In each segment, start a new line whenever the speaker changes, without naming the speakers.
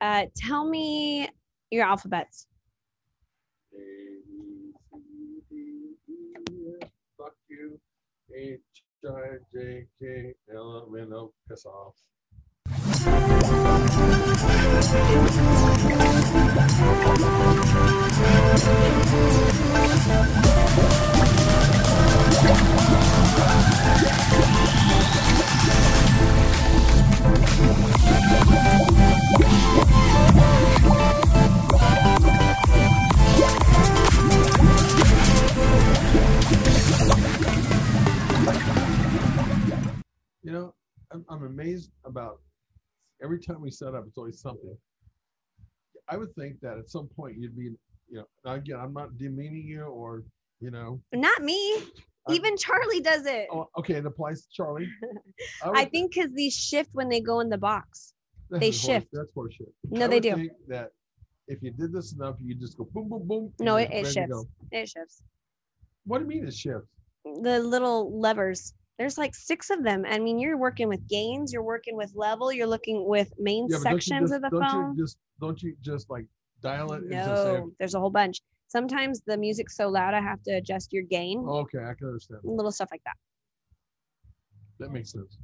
Uh, tell me your alphabets.
A, B, C, D, E, F, fuck you, H, I, J, K, L, M, N, O, piss off. You know, I'm, I'm amazed about every time we set up, it's always something. I would think that at some point you'd be, you know, now again, I'm not demeaning you or, you know,
Not me.
I-
Even Charlie does it.
oh, okay, it applies to Charlie.
I think because these shift when they go in the box.
would-
they
that's horse-
shift.
That's horseshit.
No,
I
they
would
do.
think That if you did this enough, you just go boom, boom, boom. and
No,
you're
it, it
ready to
shifts.
go.
It shifts.
What do you mean it shifts?
The little levers. There's like six of them. I mean, you're working with gains. You're working with level. You're looking with main
Yeah, but don't you
sections
just-
of the
don't
phone.
You just don't you just like dial it? And just say,
No, there's a whole bunch. Sometimes the music's so loud, I have to adjust your gain,
"Oh, okay, I can understand. That,
little stuff like that.
that makes sense.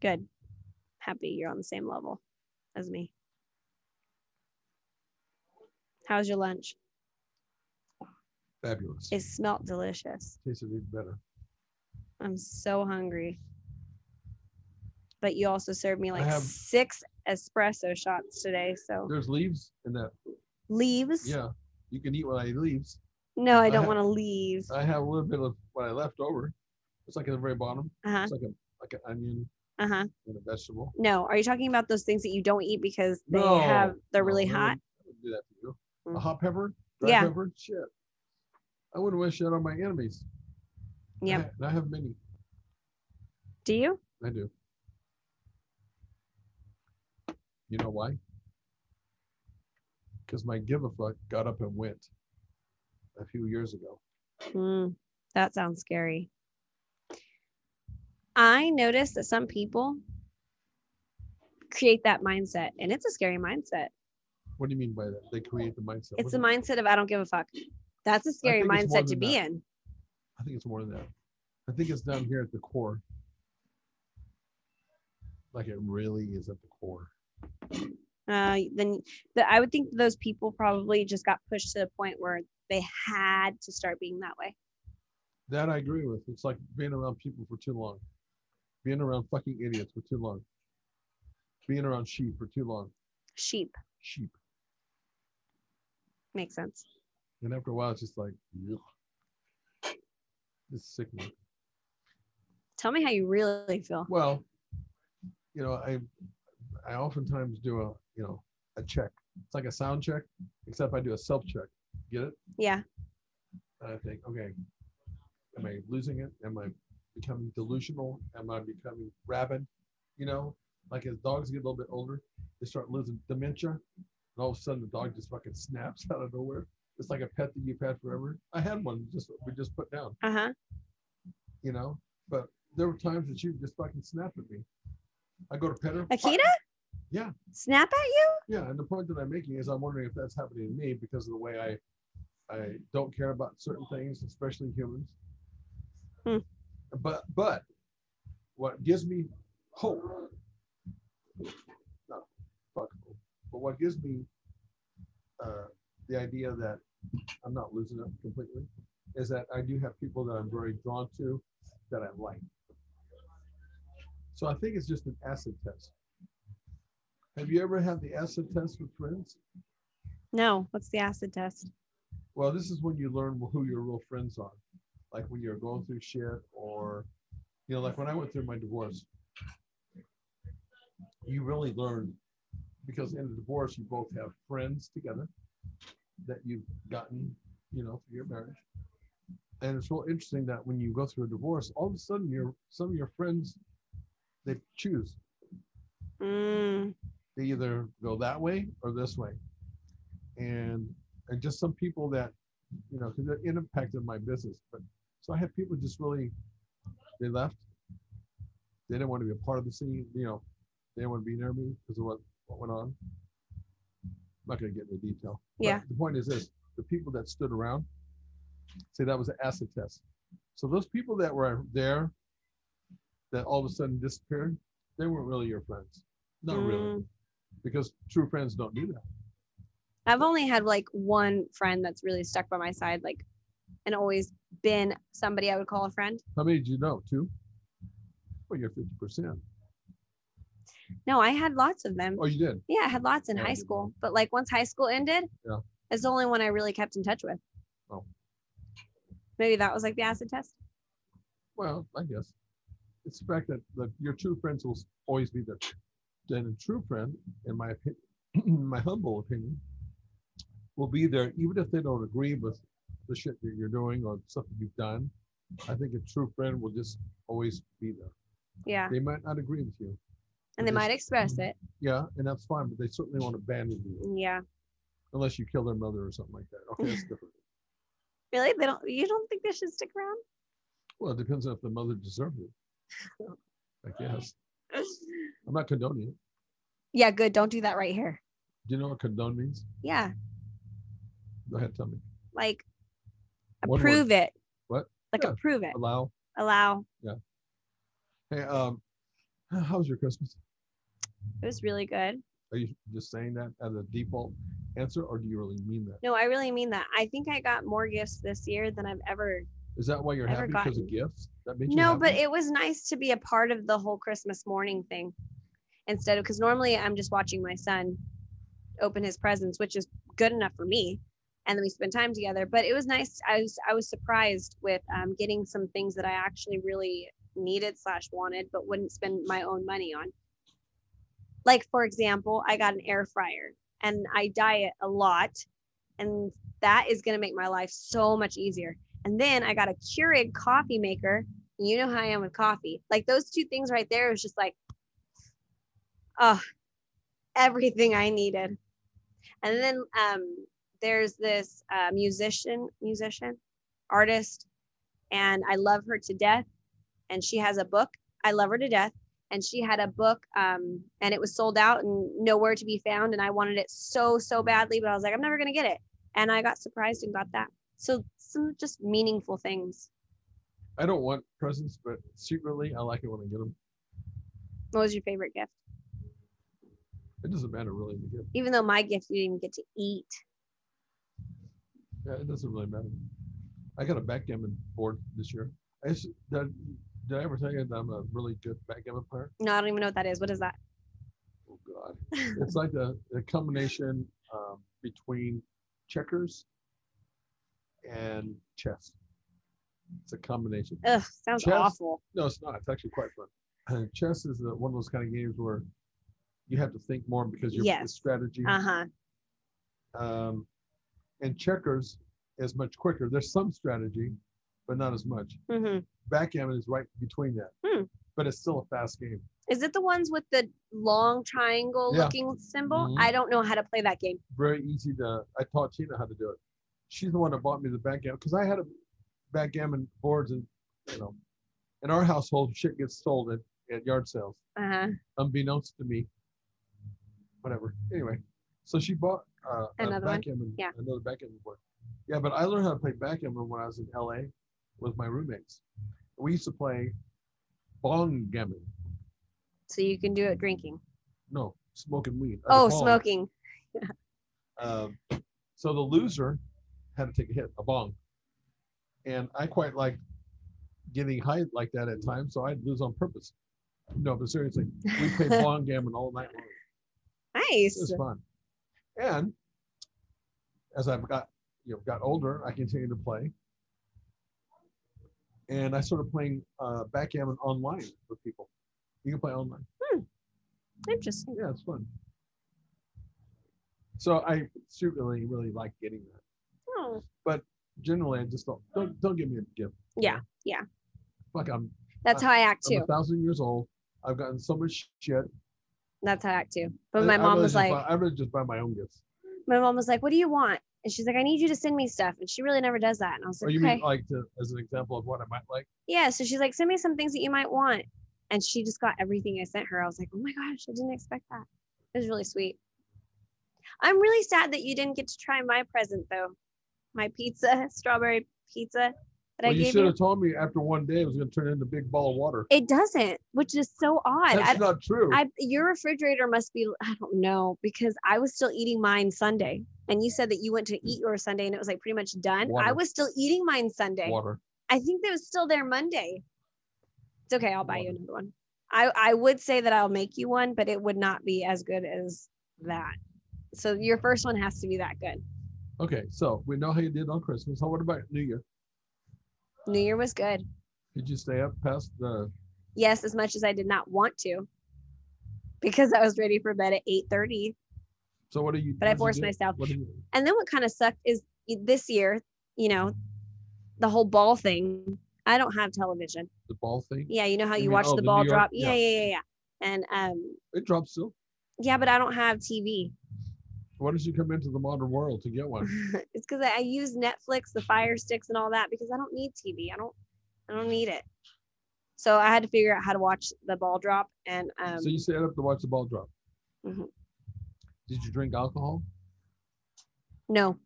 Good. Happy you're on the same level as me. How's your lunch?
Fabulous.
It smelled delicious.
Tasted even better.
I'm so hungry. But you also served me like
have-
six espresso shots today. So
There's leaves in that.
leaves?
Yeah, you can eat what I leaves.
No, I
I
don't
have-
want to leave.
I have a little bit of what I left over. It's like at the very bottom.
Uh huh.
It's like a like an onion
Uh huh.
and a vegetable.
No, are you talking about those things that you don't eat because they
No,
have they're
no,
really
that
hot?
would- that would Oh, do that to you. A
Mm.
hot pepper, red
Yeah.
pepper, shit. I wouldn't wish that on my enemies. And
Yeah.
I- and I have many.
Do you?
I do. You know why? Because my give a fuck got up and went a few years ago.
Mm, that sounds scary. I noticed that some people create that mindset, and it's a scary mindset.
What do you mean by that? They create the mindset.
It's
What
the
do-
mindset of I don't give a fuck. That's a scary
think it's more
mindset to
than
be
that.
in.
I think it's more than that. I think it's down here at the core. Like it really is at the core.
Uh, then the, I would think those people probably just got pushed to the point where they had to start being that way.
That I agree with. It's like being around people for too long, being around fucking idiots for too long, being around sheep for too long.
Sheep
Sheep.
makes sense.
And after a while, it's just like, ugh. it's sickening.
Tell me how you really feel.
Well, you know, I I oftentimes do a you know a check. It's like a sound check, except I do a self check. Get it?
Yeah,
And I think, okay, am I losing it? Am I becoming delusional? Am I becoming rabid? You know, like as dogs get a little bit older, they start losing dementia, and all of a sudden the dog just fucking snaps out of nowhere. It's like a pet that you've had forever. I had one just we just put down.
uh huh.
you know. But there were times that she would just fucking snap at me. I go to pet her.
Akita?
Yeah.
Snap at you?
Yeah, and the point that I'm making is I'm wondering if that's happening to me because of the way I, I don't care about certain things, especially humans.
Hmm.
But but, what gives me hope? Not fuck hope, but what gives me uh, the idea that I'm not losing it completely is that I do have people that I'm very drawn to that I like. So I think it's just an acid test. Have you ever had the acid test with friends?
No. What's the acid test?
Well, this is when you learn who your real friends are. Like when you're going through shit, or, you know, like when I went through my divorce, you really learn because in a divorce, you both have friends together that you've gotten, you know, through your marriage. And it's real interesting that when you go through a divorce, all of a sudden, your some of your friends, they choose.
Mm,
they either go that way or this way. And and just some people that, you know, because it impacted my business. But so I had people just really, they left. They didn't want to be a part of the scene. You know, They didn't want to be near me because of what, what went on. I'm not going to get into detail. But
Yeah.
the point is this the people that stood around say that was an acid test. So those people that were there that all of a sudden disappeared, they weren't really your friends. Not really. Because true friends don't do that.
I've only had like one friend that's really stuck by my side, like, and always been somebody I would call a friend.
How many did you know? Two? Well, you're 50%.
No, I had lots of them.
Oh, you did?
Yeah, I had lots in
Yeah, I
high
did
school, but like once high school ended,
Yeah.
it's the only one I really kept in touch with.
Oh.
Maybe that was like the acid test.
Well, I guess. It's the fact that the, your true friends will always be there. Then a true friend, in my opinion, my humble opinion, will be there even if they don't agree with the shit that you're doing or something you've done. I think a true friend will just always be there.
Yeah,
They might not agree with you.
and they
Because-
might express it.
Yeah, and that's fine, but they certainly won't abandon you
Yeah,
unless you kill their mother or something like that. Okay, that's different.
really? They don't. You don't think they should stick around?
Well, it depends on if the mother deserved it. I guess. I'm not condoning it.
yeah, good. Don't do that right here.
Do you know what condone means?
Yeah,
Go ahead, tell me.
like
One word.
approve it.
What?
Like
Yeah. Um,
approve it.
Allow.
Allow.
Hey, um, h- how was your Christmas?
It was really good.
Are you just saying that as a default answer, or do you really mean that?
No, I really mean that. I think I got more gifts this year than I've ever.
Is that why you're
Never
happy because of
gotten-
gifts? That made you
No, but
happy?
it was nice to be a part of the whole Christmas morning thing instead of because normally I'm just watching my son open his presents, which is good enough for me. And then we spend time together. But it was nice. I was I was surprised with um, getting some things that I actually really needed slash wanted, but wouldn't spend my own money on. Like for example, I got an air fryer, and I diet a lot, and that is going to make my life so much easier. And then I got a Keurig coffee maker. You know how I am with coffee. Like those two things right there was just like, oh, everything I needed. And then um, there's this uh, musician, musician, artist, and I love her to death. And she has a book. I love her to death. And she had a book, um, and it was sold out and nowhere to be found. And I wanted it so so badly, but I was like, I'm never gonna get it. And I got surprised and got that. So some just meaningful things.
I don't want presents, but secretly, I like it when I get them.
What was your favorite gift?
It doesn't matter really. The gift.
Even though my gift you didn't even get to eat.
Yeah, it doesn't really matter. I got a backgammon board this year. I s- did, did I ever tell you that I'm a really good backgammon player?
No, I don't even know what that is. What is that?
Oh God, it's like the, the combination um, between checkers and chess. It's a combination.
Ugh, sounds
Chess.
awful.
No, it's not. It's actually quite fun. Uh, chess is the, one of those kind of games where you have to think more because you're
Yes.
it's strategy.
Uh huh.
Um, and checkers is much quicker. There's some strategy, but not as much.
hmm
Backgammon is right between that,
Hmm.
but it's still a fast game.
Is it the ones with the long triangle
Yeah.
looking symbol?
Mhm.
I don't know how to play that game.
very easy to. I taught Tina how to do it. She's the one that bought me the backgammon because I had a backgammon boards and you know, in our household shit gets sold at, at yard sales,
Uh huh.
unbeknownst to me. Whatever. Anyway, so she bought uh, a
Another one?
backgammon,
Yeah.
another backgammon board. Yeah, but I learned how to play backgammon when I was in L.A. with my roommates. We used to play bong gammon.
So you can do it drinking.
No, smoking weed. at a
Oh,
bong.
smoking.
Um, so the loser had to take a hit, a bong. And I quite like getting high like that at times, so I'd lose on purpose. No, but seriously, we played bong gammon all night long. It
Nice.
was fun. And as I've got you know got older, I continued to play. And I started playing uh, backgammon online with people. You can play online.
Interesting.
Yeah, it's fun. So I secretly really like getting that.
Oh.
generally I just don't don't don't give me a gift. you
Yeah,
know?
yeah.
Fuck, I'm
That's how I act
I'm
too.
a thousand years old. I've gotten so much shit.
That's how I act too. But
I-
my
I'd
mom
rather
was
just
like,
buy- I'd rather just buy my own gifts.
my mom was like, what do you want? And she's like, I need you to send me stuff. And she really never does that. And I was
Or
like,
Oh, you
okay.
mean like to, as an example of what I might like?
yeah. So she's like, send me some things that you might want. And she just got everything I sent her. I was like, oh my gosh, I didn't expect that. It was really sweet. I'm really sad that you didn't get to try my present though, my pizza, strawberry pizza that
well,
I
you
gave
should
you.
have told me after one day it was going to turn into a big ball of water.
It doesn't, which is so odd.
That's
I,
not true.
I, your refrigerator must be, I don't know, because I was still eating mine Sunday. And you said that you went to eat yours Sunday and it was like pretty much done. I
Water.
was still eating mine Sunday.
water.
I think that was still there Monday. It's okay. I'll buy you
Water.
another one. I, I would say that I'll make you one, but it would not be as good as that. So your first one has to be that good.
Okay, so we know how you did on Christmas. How what about New Year?
New Year was good.
Did you stay up past the?
Yes, as much as I did not want to, because I was ready for bed at eight thirty.
So what do you?
But I
what'd you
forced
do?
myself.
What do you-
And then what kind of sucked is y- this year, you know, the whole ball thing. I don't have television.
the ball thing?
Yeah, you know how
You
you,
mean,
watch
oh,
the
the
ball
New York-
drop.
yeah.
Yeah, yeah, yeah, yeah. And um,
It drops still.
yeah, but I don't have TV.
Why did you come into the modern world to get one?
it's because I, I use Netflix, the Fire Sticks, and all that because I don't need TV. I don't. I don't need it. So I had to figure out how to watch the ball drop, and um,
so you stayed up to watch the ball drop.
Mhm.
Did you drink alcohol?
no,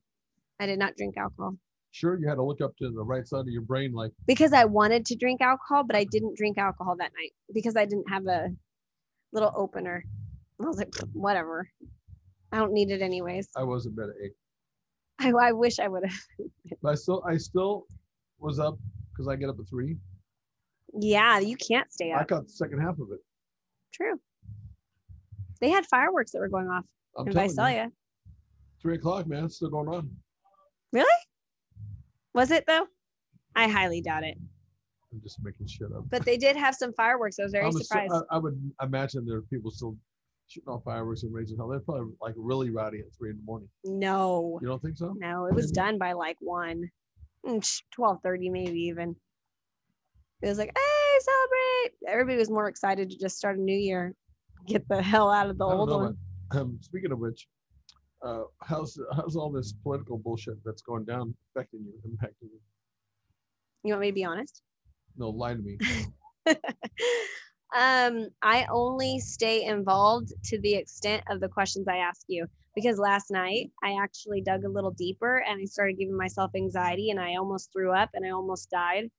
I did not drink alcohol.
Sure, you had to look up to the right side of your brain, like
because I wanted to drink alcohol, but I didn't drink alcohol that night because I didn't have a little opener. I was like, whatever. I don't need it anyways.
I was in bed at eight.
I, I wish I would have.
But I still, I still was up because I get up at three.
Yeah, you can't stay
I
up.
caught the second half of it.
True. They had fireworks that were going off
I'm
in
telling
Visalia.
Three o'clock, man. It's still going on.
Was it though? I highly doubt it.
I'm just making shit up.
But they did have some fireworks. I was very
I'm uh, assu-
surprised.
I, I would imagine there are people still shooting off fireworks and raising hell. They're probably like really rowdy at three in the morning.
no,
You don't think so?
no, it was
Maybe.
done by like one, mm, twelve thirty, maybe even. It was like, hey, celebrate! Everybody was more excited to just start a new year, get the hell out of the
I don't
old
know,
one.
but, um, speaking of which, uh, how's how's all this political bullshit that's going down affecting you, impacting you?
You want me to be honest?
No, lie to me.
um, I only stay involved to the extent of the questions I ask you. Because last night I actually dug a little deeper and I started giving myself anxiety and I almost threw up and I almost died.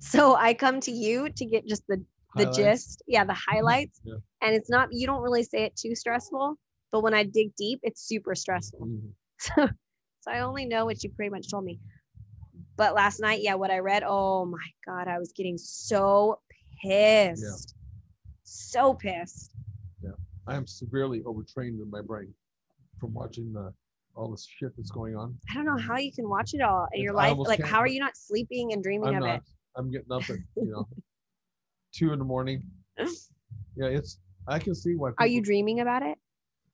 So I come to you to get just the the
Highlights? Mm-hmm.
gist yeah the highlights
Yeah.
and it's not you don't really say it too stressful but when i dig deep it's super stressful
Mhm.
so, so i only know what you pretty much told me but last night yeah what i read oh my god i was getting so pissed so pissed
I am severely overtrained in my brain from watching the all this shit that's going on.
i don't know how you can watch it all in
Yes,
your
I
life
almost
like
can't,
how are
but
you not sleeping and dreaming
I'm
of
not.
it
I'm getting up at you know two in the morning. Yeah, it's. I can see why.
are
people-
you dreaming about it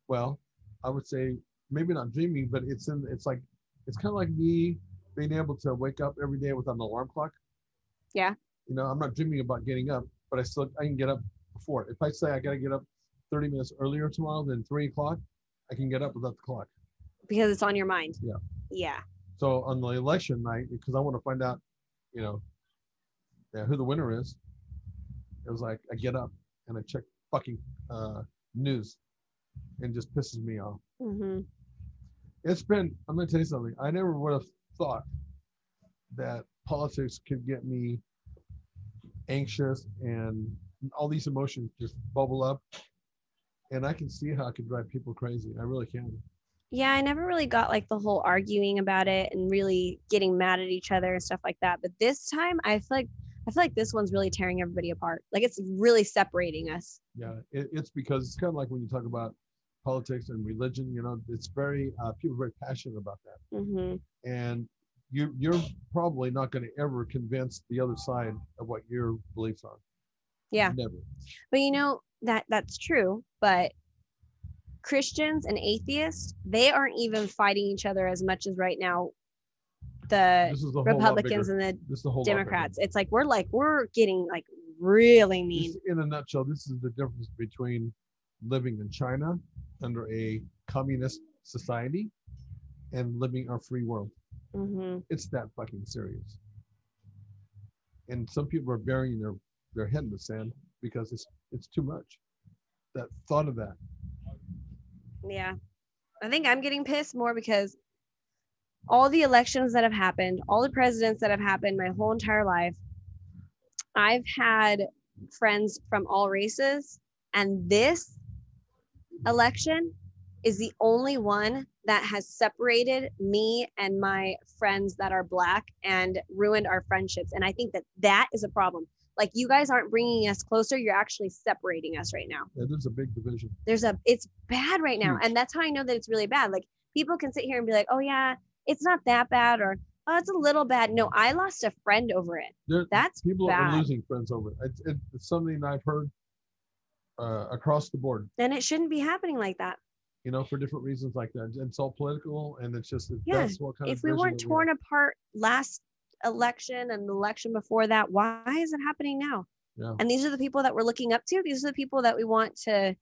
well i would say maybe not dreaming but it's in it's like it's kind of like me being able to wake up every day without an alarm clock
Yeah.
you know i'm not dreaming about getting up but i still i can get up before it. if i say i gotta get up 30 minutes earlier tomorrow than three o'clock i can get up without the clock
because it's on your mind
Yeah.
yeah
so on the election night because i want to find out you know yeah, who the winner is it was like i get up and i check fucking uh news and it just pisses me off
hmm
it's been i'm going to tell you something i never would have thought that politics could get me anxious and all these emotions just bubble up and i can see how it could drive people crazy i really can
Yeah, I never really got like the whole arguing about it and really getting mad at each other and stuff like that. But this time, I feel like I feel like this one's really tearing everybody apart. Like it's really separating us.
yeah it, it's because it's kind of like when you talk about politics and religion you know it's very uh, people are very passionate about that
Mm-hmm.
and you, you're probably not going to ever convince the other side of what your beliefs are
Yeah.
never
But you know that that's true. But Christians and atheists, they aren't even fighting each other as much as right now the
this is the
Republicans
whole lot bigger.
and the
this is the whole lot bigger.
Democrats. It's like we're like we're getting like really mean.
This- in a nutshell, this is the difference between living in China under a communist society and living our free world.
Mm-hmm.
It's that fucking serious. And some people are burying their their head in the sand because it's it's too much. That thought of that.
Yeah. I think I'm getting pissed more because all the elections that have happened, all the presidents that have happened my whole entire life, I've had friends from all races. And this election is the only one that has separated me and my friends that are black and ruined our friendships. And I think that that is a problem. Like, you guys aren't bringing us closer, you're actually separating us right now
It is a big division.
there's a it's bad right now
Huge.
and that's how i know that it's really bad like people can sit here and be like oh yeah it's not that bad or oh it's a little bad no i lost a friend over it
There,
that's
people
bad.
are losing friends over it. It's, it's- it's something I've heard uh, across the board.
then it shouldn't be happening like that
You know, for different reasons like that. It's all political, and it's just
Yeah,
that's what kind of
if we
division
weren't
that are.
torn apart last election and the election before that why is it happening now
Yeah.
and these are the people that we're looking up to these are the people that we want to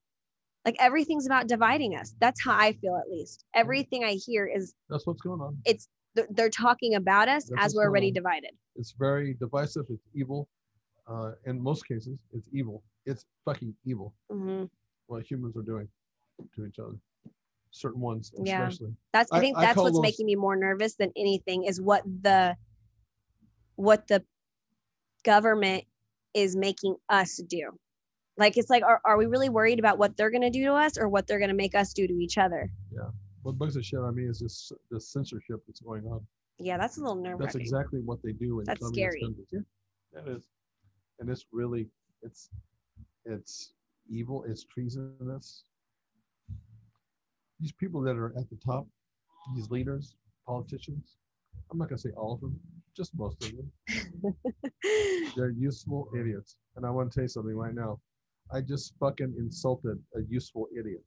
like everything's about dividing us that's how i feel at least
Mm.
everything i hear is
That's what's going on.
th- they're talking about us
That's
as
what's
we're already
going
divided
It's very divisive. It's evil. Uh, in most cases, it's evil. It's fucking evil
Mhm.
what humans are doing to each other. Certain ones,
Yeah.
especially.
That's I,
I-
think
I
that's
call
what's
those-
making me more nervous than anything is what the what the government is making us do. Like it's like are, are we really worried about what they're gonna do to us or what they're gonna make us do to each other?
What bugs the shit out of me is just the censorship that's going on.
Yeah, that's a little nerve
That's
wracking.
exactly what they do in
That's
communist
scary.
countries. Yeah, that is, and it's really it's it's evil. It's treasonous. These people that are at the top, these leaders, politicians. I'm not gonna say all of them, just most of them. They're useful idiots. And I want to tell you something right now. I just fucking insulted a useful idiot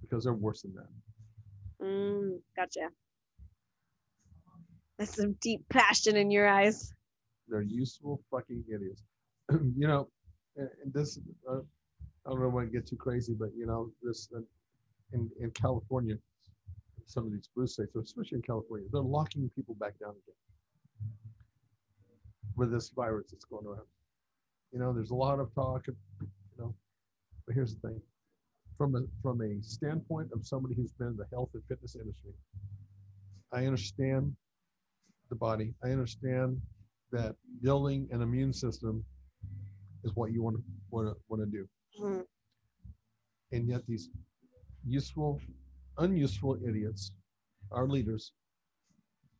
because they're worse than that.
mm, gotcha. That's some deep passion in your eyes.
They're useful fucking idiots. you know, and and this, uh, I don't want to get too crazy, but you know, this uh, in, in California, some of these blue states, especially in California, they're locking people back down again with this virus that's going around. You know, there's a lot of talk, of, you know, but here's the thing. From a, from a standpoint of somebody who's been in the health and fitness industry, I understand the body. I understand that building an immune system is what you want to want to want to do.
Mm,
And yet these useful, unuseful idiots, our leaders,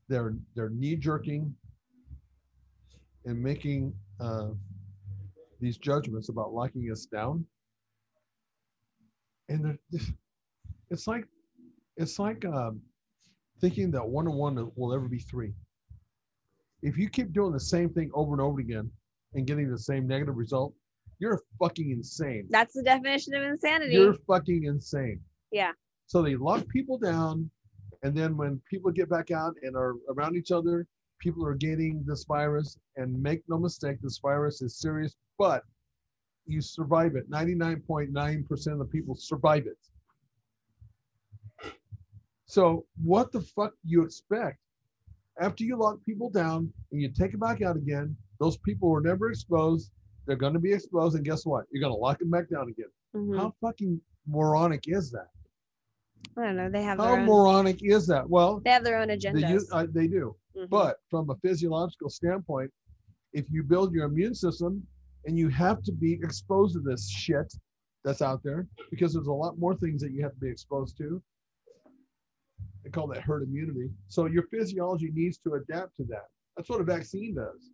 they're they're knee jerking and making uh, these judgments about locking us down. And they're, it's like it's like um, thinking that one on one will ever be three. If you keep doing the same thing over and over again and getting the same negative result, you're fucking insane.
That's the definition of insanity.
You're fucking insane.
Yeah.
So they lock people down, and then when people get back out and are around each other, people are getting this virus. And make no mistake, this virus is serious, but you survive it. 99.9% of the people survive it. So what the fuck do you expect? After you lock people down and you take them back out again, those people were never exposed. They're going to be exposed, and guess what? You're going to lock them back down again.
Mhm.
How fucking moronic is that?
I don't know. They have
How
their own,
moronic is that? Well,
they have their own
they,
agendas.
use, uh, they do.
Mhm.
But from a physiological standpoint, if you build your immune system and you have to be exposed to this shit that's out there, because there's a lot more things that you have to be exposed to. They call that herd immunity. So your physiology needs to adapt to that. That's what a vaccine does.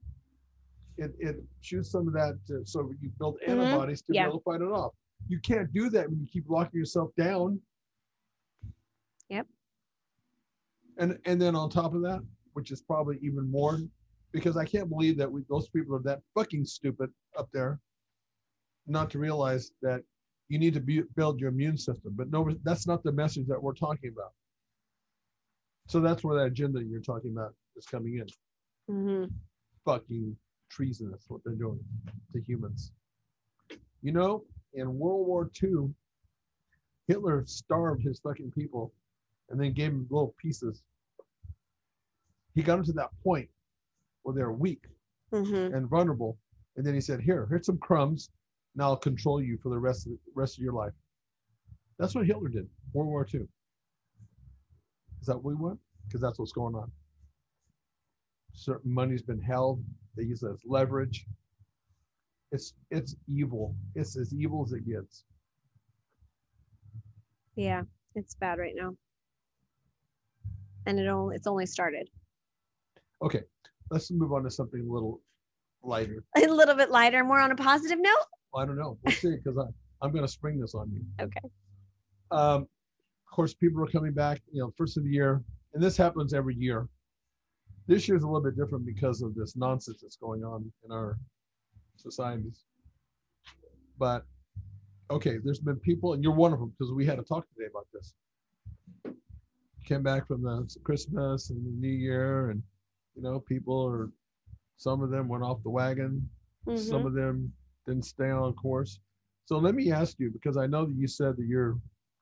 It, it shoots some of that, uh, so you build
Mhm.
antibodies to
Yeah.
be able to fight it off. You can't do that when you keep locking yourself down.
Yep.
And and then on top of that, which is probably even more, because I can't believe that we, those people are that fucking stupid up there, not to realize that you need to bu build your immune system. But no, that's not the message that we're talking about. So that's where that agenda you're talking about is coming in.
Mhm.
Fucking treasonous what they're doing to humans. You know, in World War II, Hitler starved his fucking people and then gave them little pieces. He got them to that point where they're weak
Mm-hmm.
and vulnerable And then he said, "Here, here's some crumbs. Now I'll control you for the rest of the rest of your life." That's what Hitler did. World War II. Is that what we want? Because that's what's going on. Certain money's been held. They use it as leverage. It's it's evil. It's as evil as it gets.
Yeah, it's bad right now. And it only it's only started.
Okay, let's move on to something a little lighter.
A little bit lighter, more on a positive note.
I don't know. We'll see because I I'm gonna spring this on you.
Okay.
Um, of course, people are coming back. You know, first of the year, and this happens every year. This year's a little bit different because of this nonsense that's going on in our societies. But okay, there's been people, and you're one of them because we had a talk today about this. Came back from the Christmas and the New Year, and you know, people are some of them went off the wagon,
Mm-hmm.
some of them didn't stay on course. So let me ask you because I know that you said that you're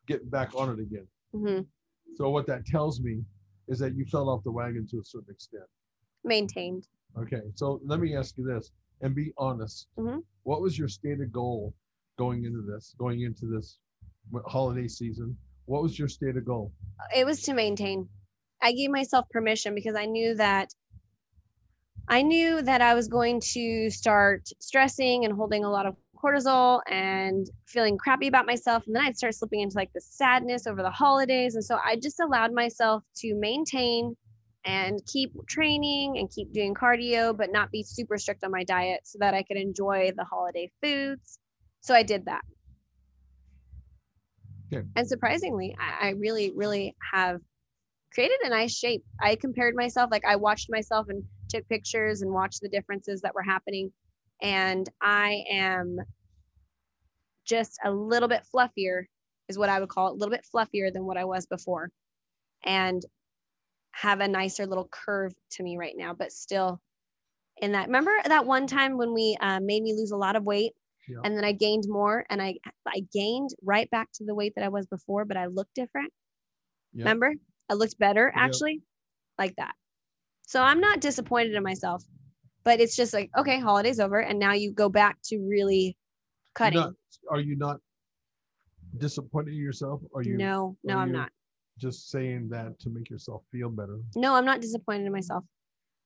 getting back on it again.
hmm
So what that tells me is that you fell off the wagon to a certain extent.
Maintained.
Okay, so let me ask you this, and be honest.
Mhm.
What was your stated goal going into this, going into this wh- holiday season? What was your stated goal?
It was to maintain. I gave myself permission because I knew that I knew that I was going to start stressing and holding a lot of cortisol and feeling crappy about myself. And then I'd start slipping into like the sadness over the holidays. And so I just allowed myself to maintain and keep training and keep doing cardio, but not be super strict on my diet so that I could enjoy the holiday foods. So I did that.
Good.
And surprisingly, I, I really, really have created a nice shape. I compared myself, like I watched myself and took pictures and watched the differences that were happening. And I am just a little bit fluffier, is what I would call it, a little bit fluffier than what I was before. And have a nicer little curve to me right now, but still in that. Remember that one time when we uh, made me lose a lot of weight
Yeah.
and then I gained more and I, I gained right back to the weight that I was before, but I looked different.
Yeah.
Remember? I looked better
Yeah.
actually like that. So I'm not disappointed in myself, but it's just like, okay, holiday's over. And now you go back to really
You're
cutting.
not- are you not disappointed in yourself? Are you
no, no,
are
I'm
you-
not.
just saying that to make yourself feel better?
No, I'm not disappointed in myself.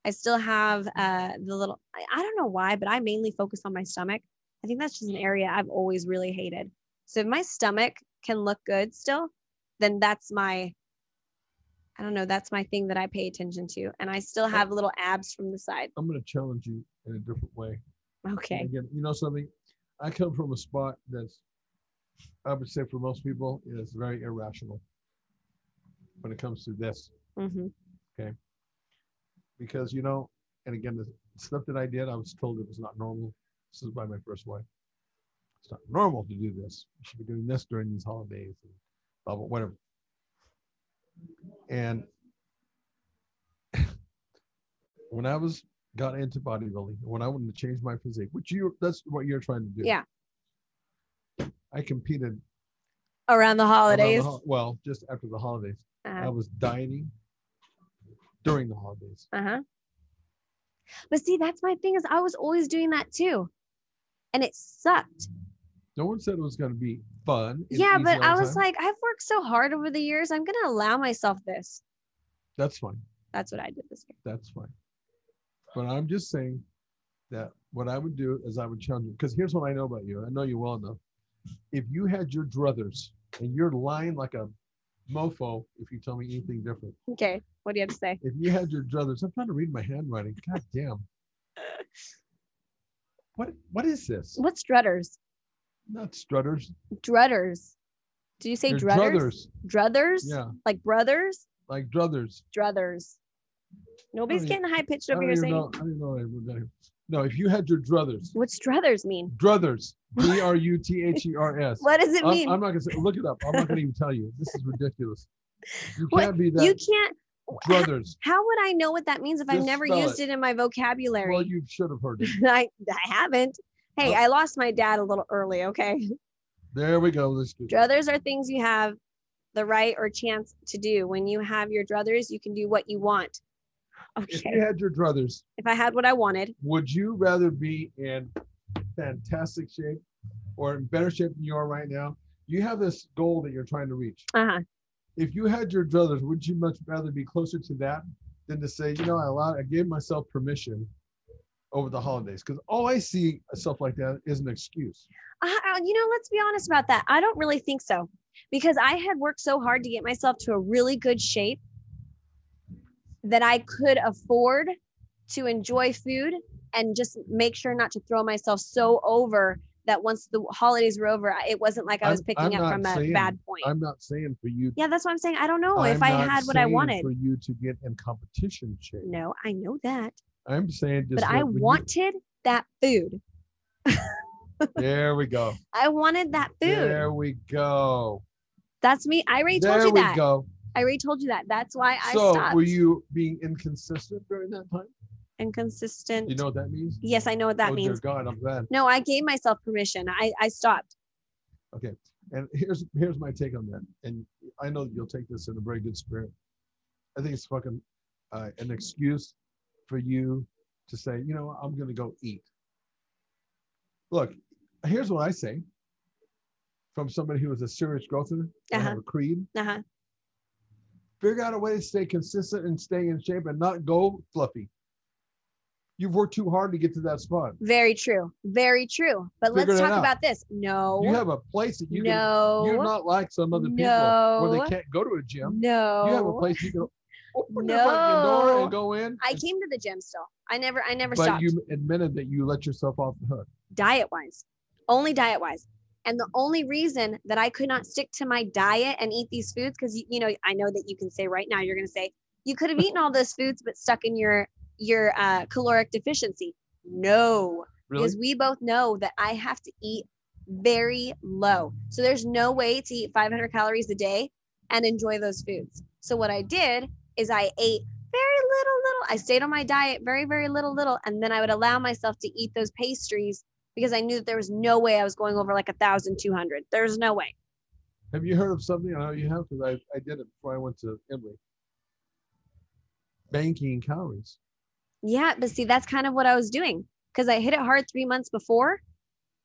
I still have uh, the little, I, I don't know why, but I mainly focus on my stomach. I think that's just an area I've always really hated. So if my stomach can look good still, then that's my, I don't know, that's my thing that I pay attention to. And I still have little abs from the side.
I'm going to challenge you in a different way. And
Okay.
Again, you know something? I come from a spot that's, I would say for most people, is very irrational when it comes to this.
hmm
because you know, and again, the stuff that I did, I was told it was not normal. This is by my first wife. It's not normal to do this. You should be doing this during these holidays, and blah blah whatever. And when I was got into bodybuilding, when I wanted to change my physique, which you—that's what you're trying to do.
Yeah.
I competed around
Around the
the
holidays.
hol- well, just after the holidays, I
Uh
was dieting during the holidays.
huh. uh-huh. But see, that's my thing is I was always doing that too. And it sucked.
No one said it was going to be fun. and
yeah,
easy
but
all
I
the
was
time.
like, I've worked so hard over the years. I'm gonna allow myself this.
that's fine.
That's what I did this year.
That's fine. But I'm just saying that what I would do is I would challenge you because here's what I know about you. I know you well enough. If you had your druthers and you're lying like a mofo, if you tell me anything different,
Okay, what do you have to say?
if you had your druthers, I'm trying to read my handwriting. God damn. What what is this?
What's druthers?
Not strutters.
Druthers. Do you say
Your
druthers?
druthers.
Druthers?
Yeah,
Like brothers?
like druthers.
Druthers. Nobody's
even-
getting high pitched
I
over
don't
here
even
saying
know. I don't know. what I wrote down here. No, if you had your druthers,
what's druthers mean?
Druthers. D R U T H E R S.
What does it
I'm,
mean?
I'm not gonna say, look it up. I'm not gonna even tell you. This is ridiculous. You
What?
can't be
you
that
can't how,
druthers.
how would I know what that means if I've
Just
never
spell
used it. in my vocabulary?
Well, you should have heard it.
I I haven't. Hey,
Oh.
I lost my dad a little early, okay?
There we go. Let's do it.
Druthers are things you have the right or chance to do. When you have your druthers, you can do what you want.
If
Okay.
you had your druthers,
If I had what I wanted,
would you rather be in fantastic shape or in better shape than you are right now? You have this goal that you're trying to reach.
uh huh.
If you had your druthers, would you much rather be closer to that than to say, you know, I allowed, I gave myself permission over the holidays? Because all I see stuff like that is an excuse.
Uh, You know, let's be honest about that. I don't really think so because I had worked so hard to get myself to a really good shape that I could afford to enjoy food and just make sure not to throw myself so over that once the holidays were over, I- it wasn't like I
I'm-
was picking
I'm
up
not
from a
saying-
bad point.
I'm not saying for you.
yeah, that's what I'm saying. I don't know if
I'm
I
not
had what I
saying
wanted.
for you to get in competition shape.
No, I know that,
I'm saying just
but I
what- when you-
wanted that food.
there we go.
I wanted that food.
There we go.
That's me. I already told
there
you
we
that.
go.
I already told you that. That's why I
so
stopped.
were you being inconsistent during that time?
inconsistent?
You know what that means?
yes, I know what
oh
that
dear
means.
God, I'm glad.
No, I gave myself permission. I, I stopped.
And here's here's my take on that. And I know that you'll take this in a very good spirit. I think it's fucking uh, an excuse for you to say, you know, what, I'm gonna go eat. Look, here's what I say. From somebody who was a serious growther, I have a creed.
Uh-huh.
Figure out a way to stay consistent and stay in shape and not go fluffy. You've worked too hard to get to that spot.
Very true. Very true. But
Figured
let's
it
talk
out.
about this. No.
You have a place that you can.
no.
You're not like some other people where
No.
they can't go to a gym.
no.
You have a place you can open the fucking door
No.
and go in.
I
and-
came to the gym still. I never I never
but
stopped.
you admitted that you let yourself off the hook.
diet wise, only diet wise. And the only reason that I could not stick to my diet and eat these foods, because you, you know, I know that you can say right now, you're going to say you could have eaten all those foods, but stuck in your your uh, caloric deficiency. No, because we both know that I have to eat very low. So there's no way to eat 500 calories a day and enjoy those foods. So what I did is I ate very little, little. I stayed on my diet very, very little, little, and then I would allow myself to eat those pastries because I knew that there was no way I was going over like a thousand two hundred. There's no way.
Have you heard of something? I know you have because I, I did it before I went to Emily. Banking calories.
Yeah, but see, that's kind of what I was doing because I hit it hard three months before,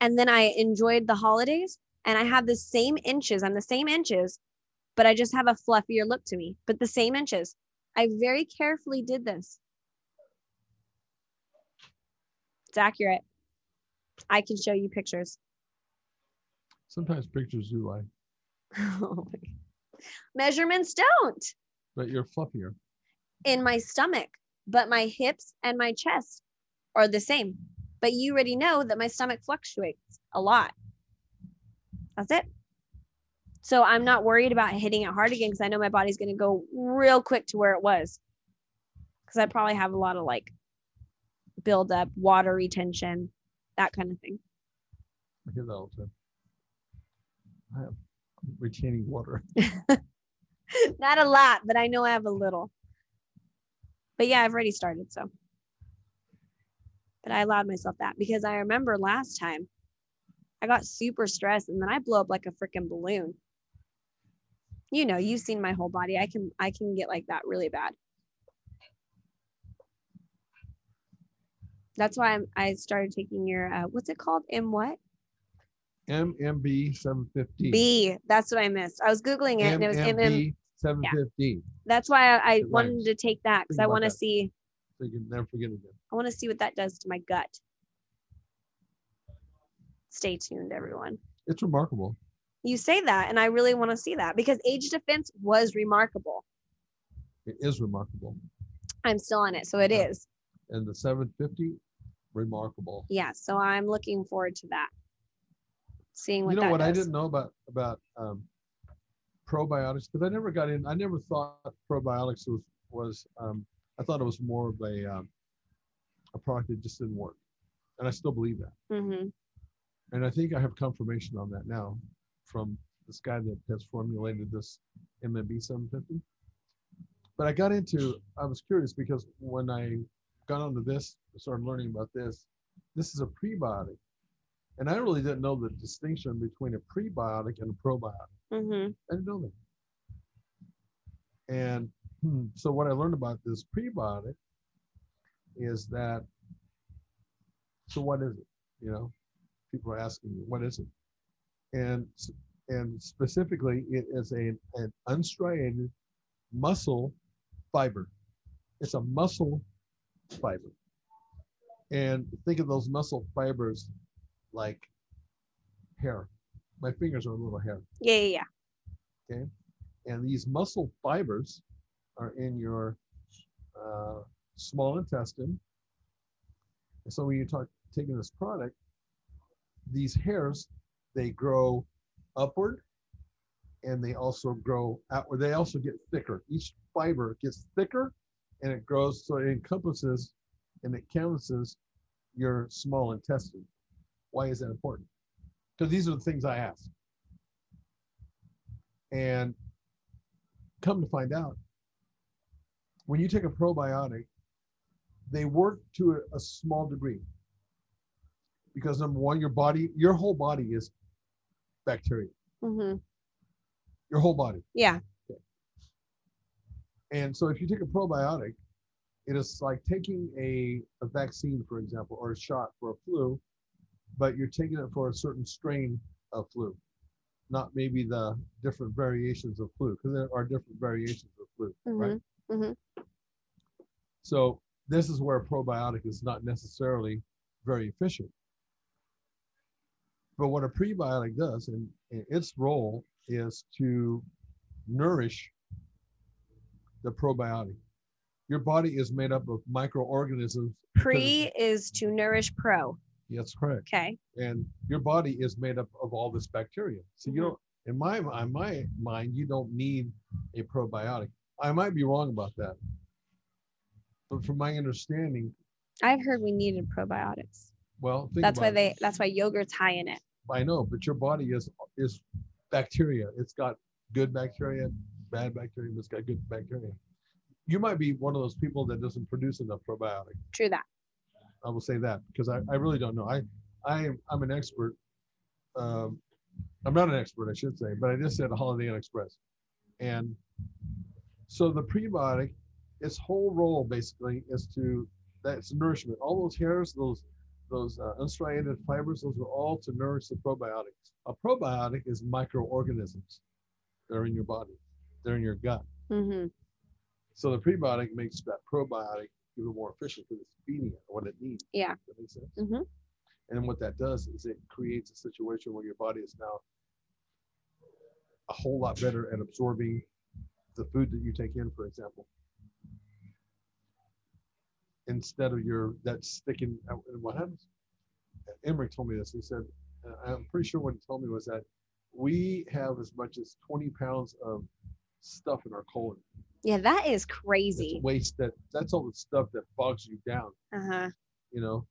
and then I enjoyed the holidays, and I have the same inches. I'm the same inches, but I just have a fluffier look to me. But the same inches. I very carefully did this. It's accurate. I can show you pictures.
Sometimes pictures do lie,
Oh my God. Measurements don't
but you're fluffier.
in my stomach, but my hips and my chest are the same. But you already know that my stomach fluctuates a lot. That's it. So I'm not worried about hitting it hard again because I know my body's going to go real quick to where it was. Because I probably have a lot of like build up, water retention, that kind of thing.
I hear that all the time. I have retaining water.
not a lot, but I know I have a little. But yeah, I've already started. So, but I allowed myself that because I remember last time I got super stressed and then I blow up like a freaking balloon. You know, you've seen my whole body. I can, I can get like that really bad. That's why I'm, I started taking your, uh, what's it called? M what?
MMB 750.
B. That's what I missed. I was Googling it and it was MM.
MMB 750.
That's why I, I
Good
wanted
legs.
to take that because
Think
I
about
want to
that.
see.
So you can never forget again.
I want to see what that does to my gut. Stay tuned, everyone.
It's remarkable.
You say that, and I really want to see that because Age Defense was remarkable.
It is remarkable.
I'm still on it, so it
Yeah.
is.
And the 750, remarkable.
Yeah, so I'm looking forward to that. Seeing what
you know
that
what I
does.
didn't know about about um, probiotics because I never got in. I never thought probiotics was was. Um, I thought it was more of a um, a product that just didn't work, and I still believe that.
Mhm.
And I think I have confirmation on that now from this guy that has formulated this MMB 750. But I got into, I was curious because when I got onto this, started learning about this, this is a prebiotic. And I really didn't know the distinction between a prebiotic and a probiotic.
Mhm.
I didn't know that. And hmm, so what I learned about this prebiotic is that so what is it you know people are asking me what is it and s- and specifically it is a, an unstriated muscle fiber it's a muscle fiber and think of those muscle fibers like hair my fingers are a little hair
Yeah, yeah, yeah.
and these muscle fibers are in your uh, small intestine. And so when you talk taking this product, these hairs they grow upward, and they also grow outward. They also get thicker. Each fiber gets thicker, and it grows so it encompasses and it canvasses your small intestine. Why is that important? Because these are the things I ask. And come to find out, when you take a probiotic, they work to a, a small degree. Because number one, your body, your whole body is bacteria,
Mm-hmm.
your whole body.
Yeah.
And so if you take a probiotic, it is like taking a, a vaccine, for example, or a shot for a flu, but you're taking it for a certain strain of flu, not maybe the different variations of flu, because there are different variations of flu.
Mm-hmm.
Right. So this is where a probiotic is not necessarily very efficient. But what a prebiotic does, and, and its role is to nourish the probiotic. Your body is made up of microorganisms.
Pre is to nourish pro.
That's correct.
Okay.
And your body is made up of all this bacteria. So you
Mhm.
don't, in my in my mind, you don't need a probiotic. I might be wrong about that, but from my understanding,
I've heard we needed probiotics.
Well, think
That's why
about it.
they. That's why yogurt's high in it.
I know, but your body is is bacteria. It's got good bacteria, bad bacteria, but it's got good bacteria. You might be one of those people that doesn't produce enough probiotic.
True that.
I will say that because I, I really don't know. I I am I'm an expert. Um, I'm not an expert, I should say, but I just said Holiday Inn Express, and so the prebiotic, its whole role basically is to that's nourishment. All those hairs, those those uh, unstriated fibers, those are all to nourish the probiotic. A probiotic is microorganisms. They're in your body. They're in your gut.
Mm-hmm.
So the prebiotic makes that probiotic even more efficient because it's feeding it what it needs.
Yeah.
That makes sense.
Mhm.
And what that does is it creates a situation where your body is now a whole lot better at absorbing the food that you take in, for example, instead of your that sticking. uh, and What happens? Emmerich told me this. He said, and I'm pretty sure what he told me was that we have as much as 20 pounds of stuff in our colon.
Yeah, that is
It's
crazy.
waste that that's all the stuff that bogs you down,
Uh huh.
you know.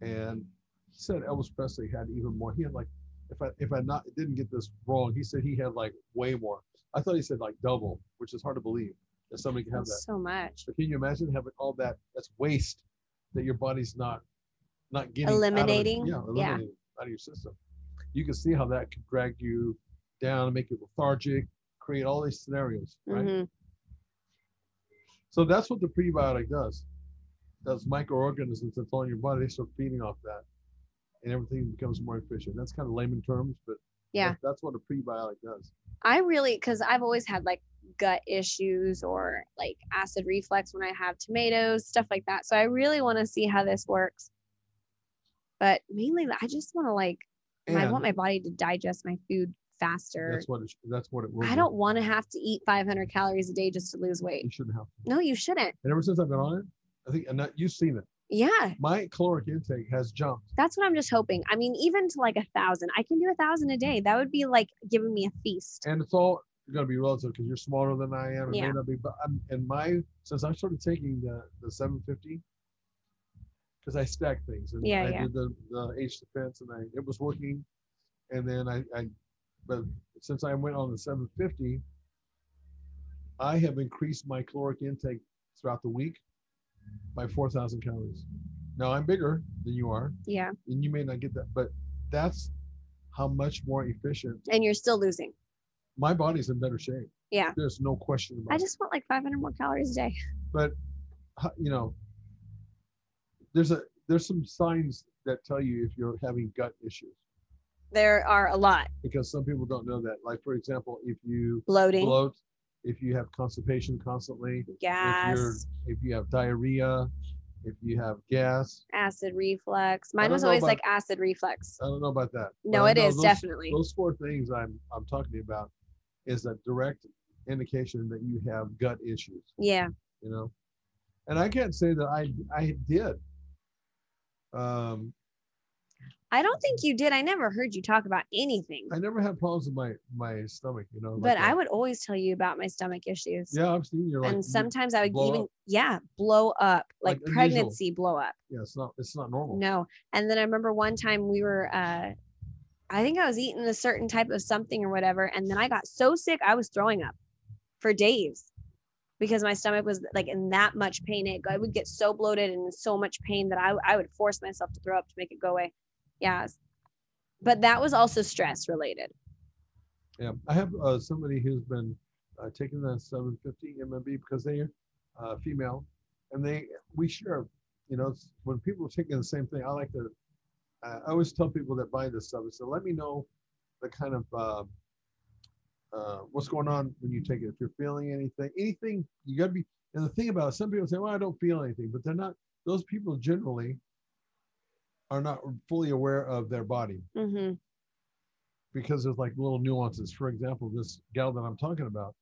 And he said Elvis Presley had even more. He had like, if I if I not didn't get this wrong, he said he had like way more. I thought he said like double, which is hard to believe that somebody can have that.
So much.
But can you imagine having all that that's waste that your body's not not getting out of it-
Eliminating?
yeah,
Yeah.
eliminating out of your system. You can see how that could drag you down, make you lethargic, create all these scenarios, right?
hmm
So that's what the prebiotic does. Those microorganisms that's all in your body, they start feeding off that, and everything becomes more efficient. That's kind of layman terms, but
Yeah.
that- that's what a prebiotic does.
I really, because I've always had like gut issues or like acid reflux when I have tomatoes, stuff like that. So I really want to see how this works. But mainly, I just want to like, I
And
want my body to digest my food faster.
that's what it, sh- that's what it will.
I
do. Mm.
don't want to have to eat 500 calories a day just to lose weight.
You shouldn't have. To.
No, you shouldn't.
And ever since I've been on it, I think and that- you've seen it.
Yeah,
My caloric intake has jumped.
that's what I'm just hoping. I mean, even to like a thousand, I can do a thousand a day. That would be like giving me a feast.
and it's all going to be relative because you're smaller than I am. It
Yeah.
may not be, but I'm and my since I started taking the the 750 because I stack things and
Yeah,
I
yeah.
did the the age defense and I it was working, and then I I but since I went on the 750, I have increased my caloric intake throughout the week by 4,000 calories. Now I'm bigger than you are,
Yeah.
and you may not get that, but that's how much more efficient
And you're still losing.
my body's in better shape.
Yeah.
There's no question about
I just want like 500 more calories a day.
it. How- You know, there's a there's some signs that tell you if you're having gut issues
There are a lot
because some people don't know that. Like for example, if you
bloating,
bloat, if you have constipation constantly,
gas,
if you have diarrhea, if you have gas.
acid reflux. Mine
don't
was
know
always
about-
like acid reflux.
I don't know about that. but
No,
I
it
know
is
those-
definitely.
Those four things I'm I'm talking about is a direct indication that you have gut issues.
Yeah.
you know and i can't say that i i did um
I don't think you did. I never heard you talk about anything.
i never had problems with my my stomach you know like
But I
that.
would always tell you about my stomach issues.
yeah i've seen you like,
and
you-
sometimes I would
blow
even
up.
yeah, blow up like,
Like unusual.
pregnancy blow up.
yeah it's not it's not normal
No. And then I remember one time we were uh I think I was eating a certain type of something or whatever and then I got so sick I was throwing up for days because my stomach was like in that much pain it I would get so bloated and in so much pain that I I would force myself to throw up to make it go away. Yeah. But that was also stress related.
yeah i have uh, somebody who's been uh, taking the 750 mmb because they are uh, female and they we share you know it's- when people are taking the same thing i like to i I always tell people that buy this stuff so let me know the kind of uh, uh, what's going on when you take it if you're feeling anything anything you got to be and the thing about it, some people say well i don't feel anything but they're not those people generally are not fully aware of their body
hmm
because there's like little nuances. For example, this gal that I'm talking about,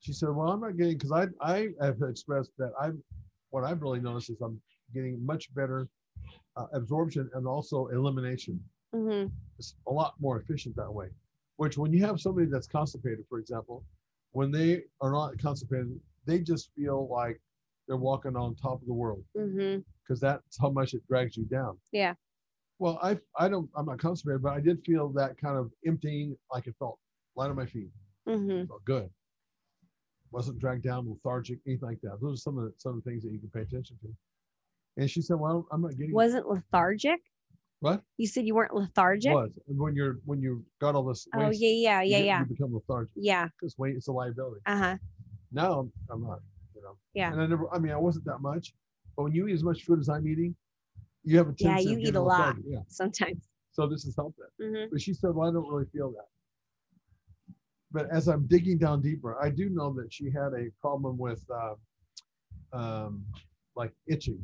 she said, "Well, I'm not getting because I I have expressed that I'm what I've really noticed is I'm getting much better uh, absorption and also elimination.
hmm
It's a lot more efficient that way. Which when you have somebody that's constipated, for example, when they are not constipated, they just feel like they're walking on top of the world
hmm
because that's how much it drags you down.
Yeah.
Well, I I don't I'm not constipated, but I did feel that kind of emptying, like it felt light on my feet,
hmm
felt good. Wasn't dragged down, lethargic, anything like that. Those are some of the, some of the things that you can pay attention to. And she said, "Well, I'm not getting
Wasn't lethargic?
what
You said you weren't lethargic?
was and when you're when you got all this
Oh
waste,
yeah, yeah,
you
yeah,
get-
yeah.
you become lethargic
Yeah.
because weight is a liability.
Uh huh.
Now I'm, I'm not, you know.
Yeah.
And I never, I mean, I wasn't that much, but when you eat as much food as I'm eating, you have a
Yeah,
tendency. of
you eat
getting
a lot.
lethargic. Yeah.
Sometimes.
So this has helped that.
hmm
But she said, Well, I don't really feel that. But as I'm digging down deeper, I do know that she had a problem with uh, um, like itching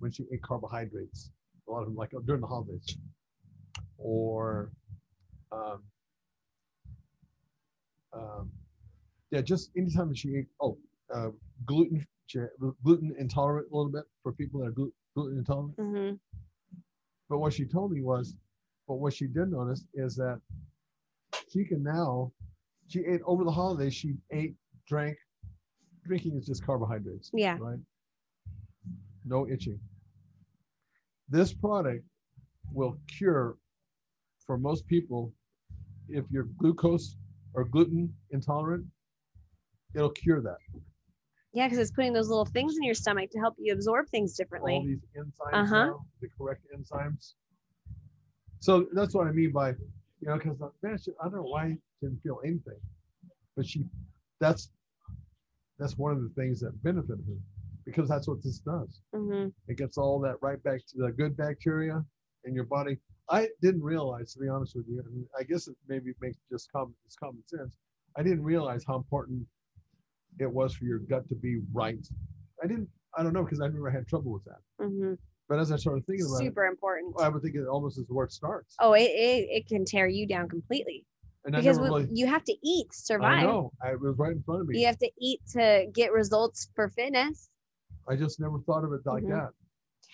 when she ate carbohydrates, a lot of them, like during the holidays, or um, um, yeah, just anytime that she ate, oh, uh, gluten, she was gluten intolerant a little bit for people that are glu- gluten intolerant.
hmm
But what she told me was, but what she did notice is that she can now, she ate over the holidays, she ate, drank. Drinking is just carbohydrates,
Yeah.
right? No itching. This product will cure for most people if you're glucose or gluten intolerant, it'll cure that.
Yeah, because it's putting those little things in your stomach to help you absorb things
all
differently.
these enzymes
Uh-huh.
now, the correct enzymes. So that's what I mean by, you know, because man, she, I don't know why she didn't feel anything, but she, that's, that's one of the things that benefited her, because that's what this does.
hmm
It gets all that right back to the good bacteria in your body. I didn't realize, to be honest with you, and I guess it maybe makes just common, it's common sense. I didn't realize how important it was for your gut to be right. I didn't, I don't know, because I never had trouble with that.
hmm
But as I started thinking about
Super important.
it, I would think it almost is where it starts.
Oh, it, it, it can tear you down completely
and I
because
never
we,
really,
you have to eat to
I
survive.
know, I, it was right in front of me.
You have to eat to get results for fitness.
I just never thought of it like
Mhm.
that.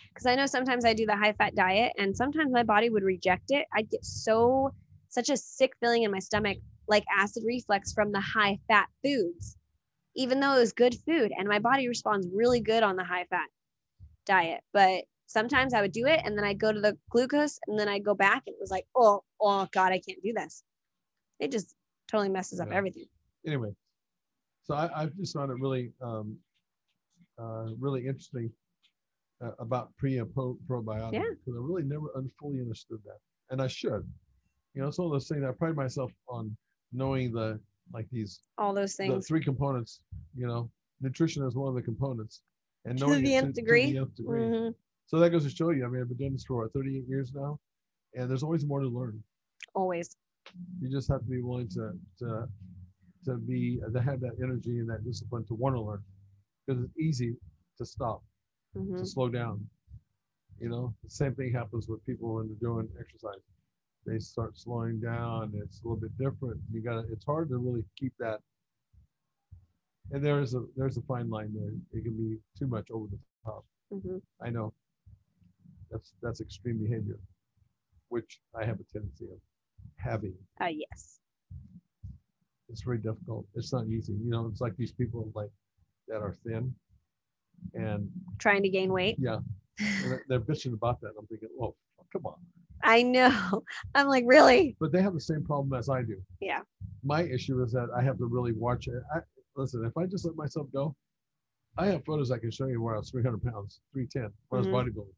Because I know sometimes I do the high fat diet and sometimes my body would reject it. I'd get so, such a sick feeling in my stomach, like acid reflux from the high fat foods, even though it was good food. And my body responds really good on the high fat diet. But sometimes I would do it and then I'd go to the glucose and then I'd go back and it was like, oh, oh God, I can't do this. It just totally messes up
Yeah.
everything.
Anyway, so I, I've just found it really, um, uh, really interesting uh, about pre and po- probiotics
Yeah.
because I really never un- fully understood that, and I should. You know, it's one of those things I pride myself on knowing the like these
All those
the
things.
three components. You know, nutrition is one of the components, and
To
knowing
the
it
nth degree.
To the nth degree.
Mhm.
So that goes to show you. I mean, I've been doing this for what, 38 years now, and there's always more to learn.
Always.
You just have to be willing to to to be to have that energy and that discipline to want to learn, because it's easy to stop,
Mhm.
to slow down. You know, the same thing happens with people when they're doing exercise. They start slowing down. It's a little bit different. You gotta. It's hard to really keep that. And there is a there's a fine line there. It can be too much over the
Mhm.
I know. That's that's extreme behavior, which I have a tendency of having.
Uh, yes.
It's very difficult. It's not easy. You know, it's like these people like that are thin, and
Trying to gain weight.
yeah, and they're- they're bitching about that. I'm thinking, oh, come on.
I know. I'm like, really?
But they have the same problem as I do.
Yeah.
My issue is that I have to really watch it. I, listen, if I just let myself go, I have photos I can show you where I was 300 pounds, 310, when I was bodybuilding.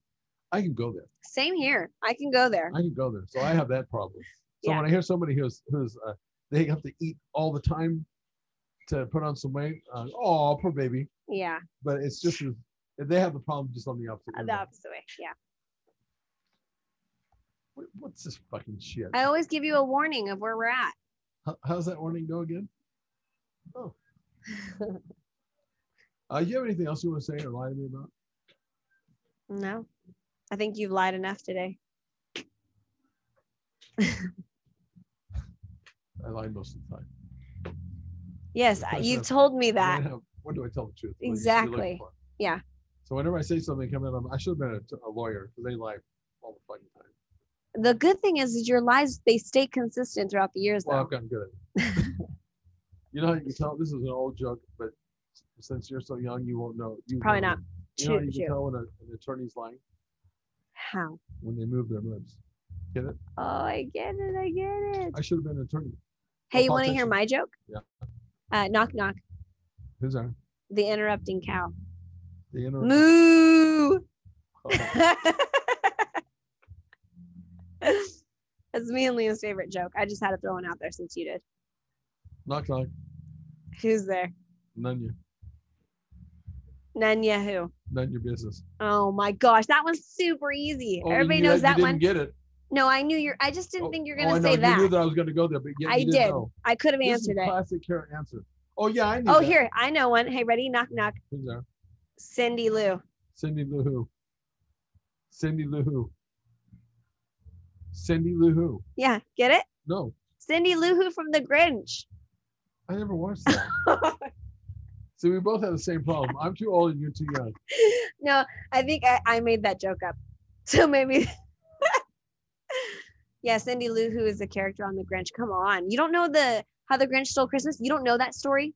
I can go there.
Same here. I can go there.
I can go there. So I have that problem. So
Yeah.
when I hear somebody who's who's uh, they have to eat all the time to put on some weight, uh, oh poor baby.
Yeah.
But it's just if they have the problem just on the opposite. end
The
of it.
opposite way. Yeah.
What- What's this fucking shit?
I always give you a warning of where we're at.
How, how's that warning go again? Oh. uh, you have anything else you want to say or lie to me about?
No. I think you've lied enough today.
I lie most of the time.
Yes,
Because
you
of-
told me
I
that.
don't have- When do I tell the truth? What are you- you're looking
Exactly.
for.
Yeah.
So whenever I say something coming up, I should have been a, t- a lawyer because they lie all the fucking time.
The good thing is, is your lies they stay consistent throughout the years,
Well,
though.
I've gotten good at it. you know, how you can tell this is an old joke, but s- since you're so young, you won't know. You
Probably
won't
not.
know. You know, how
Shoot,
you
shoot.
can tell when a, an attorney's lying
How?
when they move their lips.
Oh, I get it. I get it.
I should have been an attorney.
Hey, you want to hear
politician.
my joke?
Yeah.
Uh, knock knock.
Who's that?
The interrupting cow.
The inter-
Moo.
Oh,
That's me and Liam's favorite joke. I just had to throw one out there since you did.
knock knock.
Who's there?
None your
None Yahoo.
none your business.
Oh my gosh, that one's super easy.
Oh, you
Everybody
knew
knows that,
you
one.
Didn't get it.
No, I knew you're. I just didn't
Oh,
think you're
oh,
gonna
I know.
say
You knew
that.
that I was gonna go there, but yet
I
you didn't
did.
Know.
I could have
This is
answered it.
classic Karen answer. Oh yeah, I knew
Oh,
that.
here I know one. Hey, ready? Knock knock.
Who's there?
Cindy Lou.
Cindy Lou Who. Cindy Lou Who. Cindy Lou Who.
Yeah, get it?
No,
Cindy Lou Who from The Grinch.
I never watched that. See, we both have the same problem. I'm too old and you're too young.
no, I think I, I made that joke up. So maybe. yeah, Cindy Lou Who is the character on The Grinch. Come on, you don't know the how the Grinch stole Christmas. You don't know that story.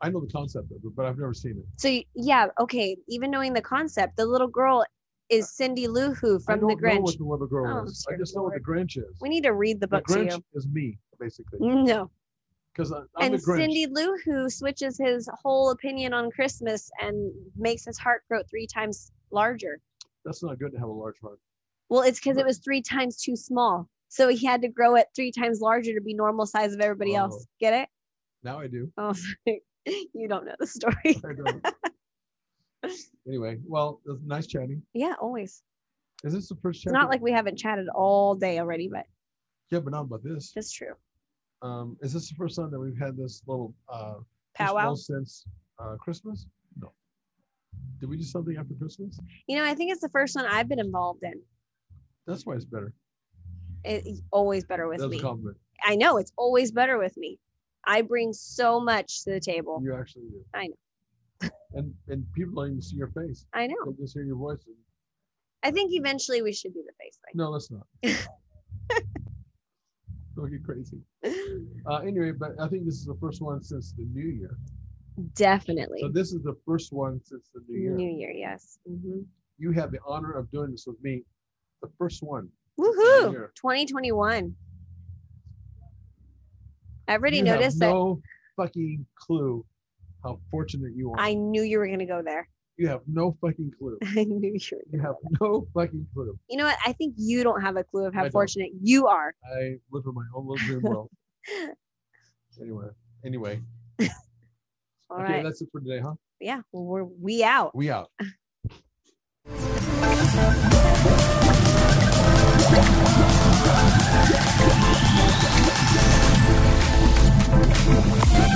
I know the concept of it, but I've never seen it.
So y- yeah, okay. Even knowing the concept, the little girl is Cindy Lou Who
I
from
don't
The
know
Grinch.
what the little girl
Oh,
is. I
dear
just know what the Grinch is.
We need to read the
The
book to
Grinch
you.
is me, basically,
No.
because I'm the
And
Grinch.
Cindy Lou Who switches his whole opinion on Christmas and makes his heart grow three times larger.
That's not good to have a large heart.
Well, it's because it
Right.
was three times too small. So he had to grow it three times larger to be normal size of everybody else.
Oh.
Get it?
Now I do.
Oh, you don't know the story.
I don't. anyway, well, it was nice chatting.
Yeah, always.
Is this the first chat?
It's not like we haven't chatted all day already, but
yeah, but not about this.
that's true.
Um, is this the first time that we've had this little uh, fish
Powwow.
bowl since uh, Christmas? No. Did we do something after Christmas?
You know, I think it's the first one I've been involved in.
That's why it's better.
It- It's always better with
That's
me.
a compliment.
I know it's always better with me. I bring so much to the table.
You actually do.
I know.
And and people don't even see your face.
I know.
They just hear your voice. and-
I think eventually we should do the face thing.
no, that's not. don't get crazy. Uh, anyway, but I think this is the first one since the new year.
Definitely.
So this is the first one since the new year.
New Year, yes. hmm
You had the honor of doing this with me, the first one.
Woohoo!
year.
2021. I already
you
noticed that.
have no fucking clue how fortunate you are.
I knew you were going to go there.
you have no fucking clue.
I knew you were.
You have no fucking clue.
You know what? I think you don't have a clue of
I
how
don't.
fortunate you are.
I live in my own little dream world. Anyway, anyway.
All
okay,
right.
that's it for today, huh?
Yeah. Well, we're, we out.
We out. Bye.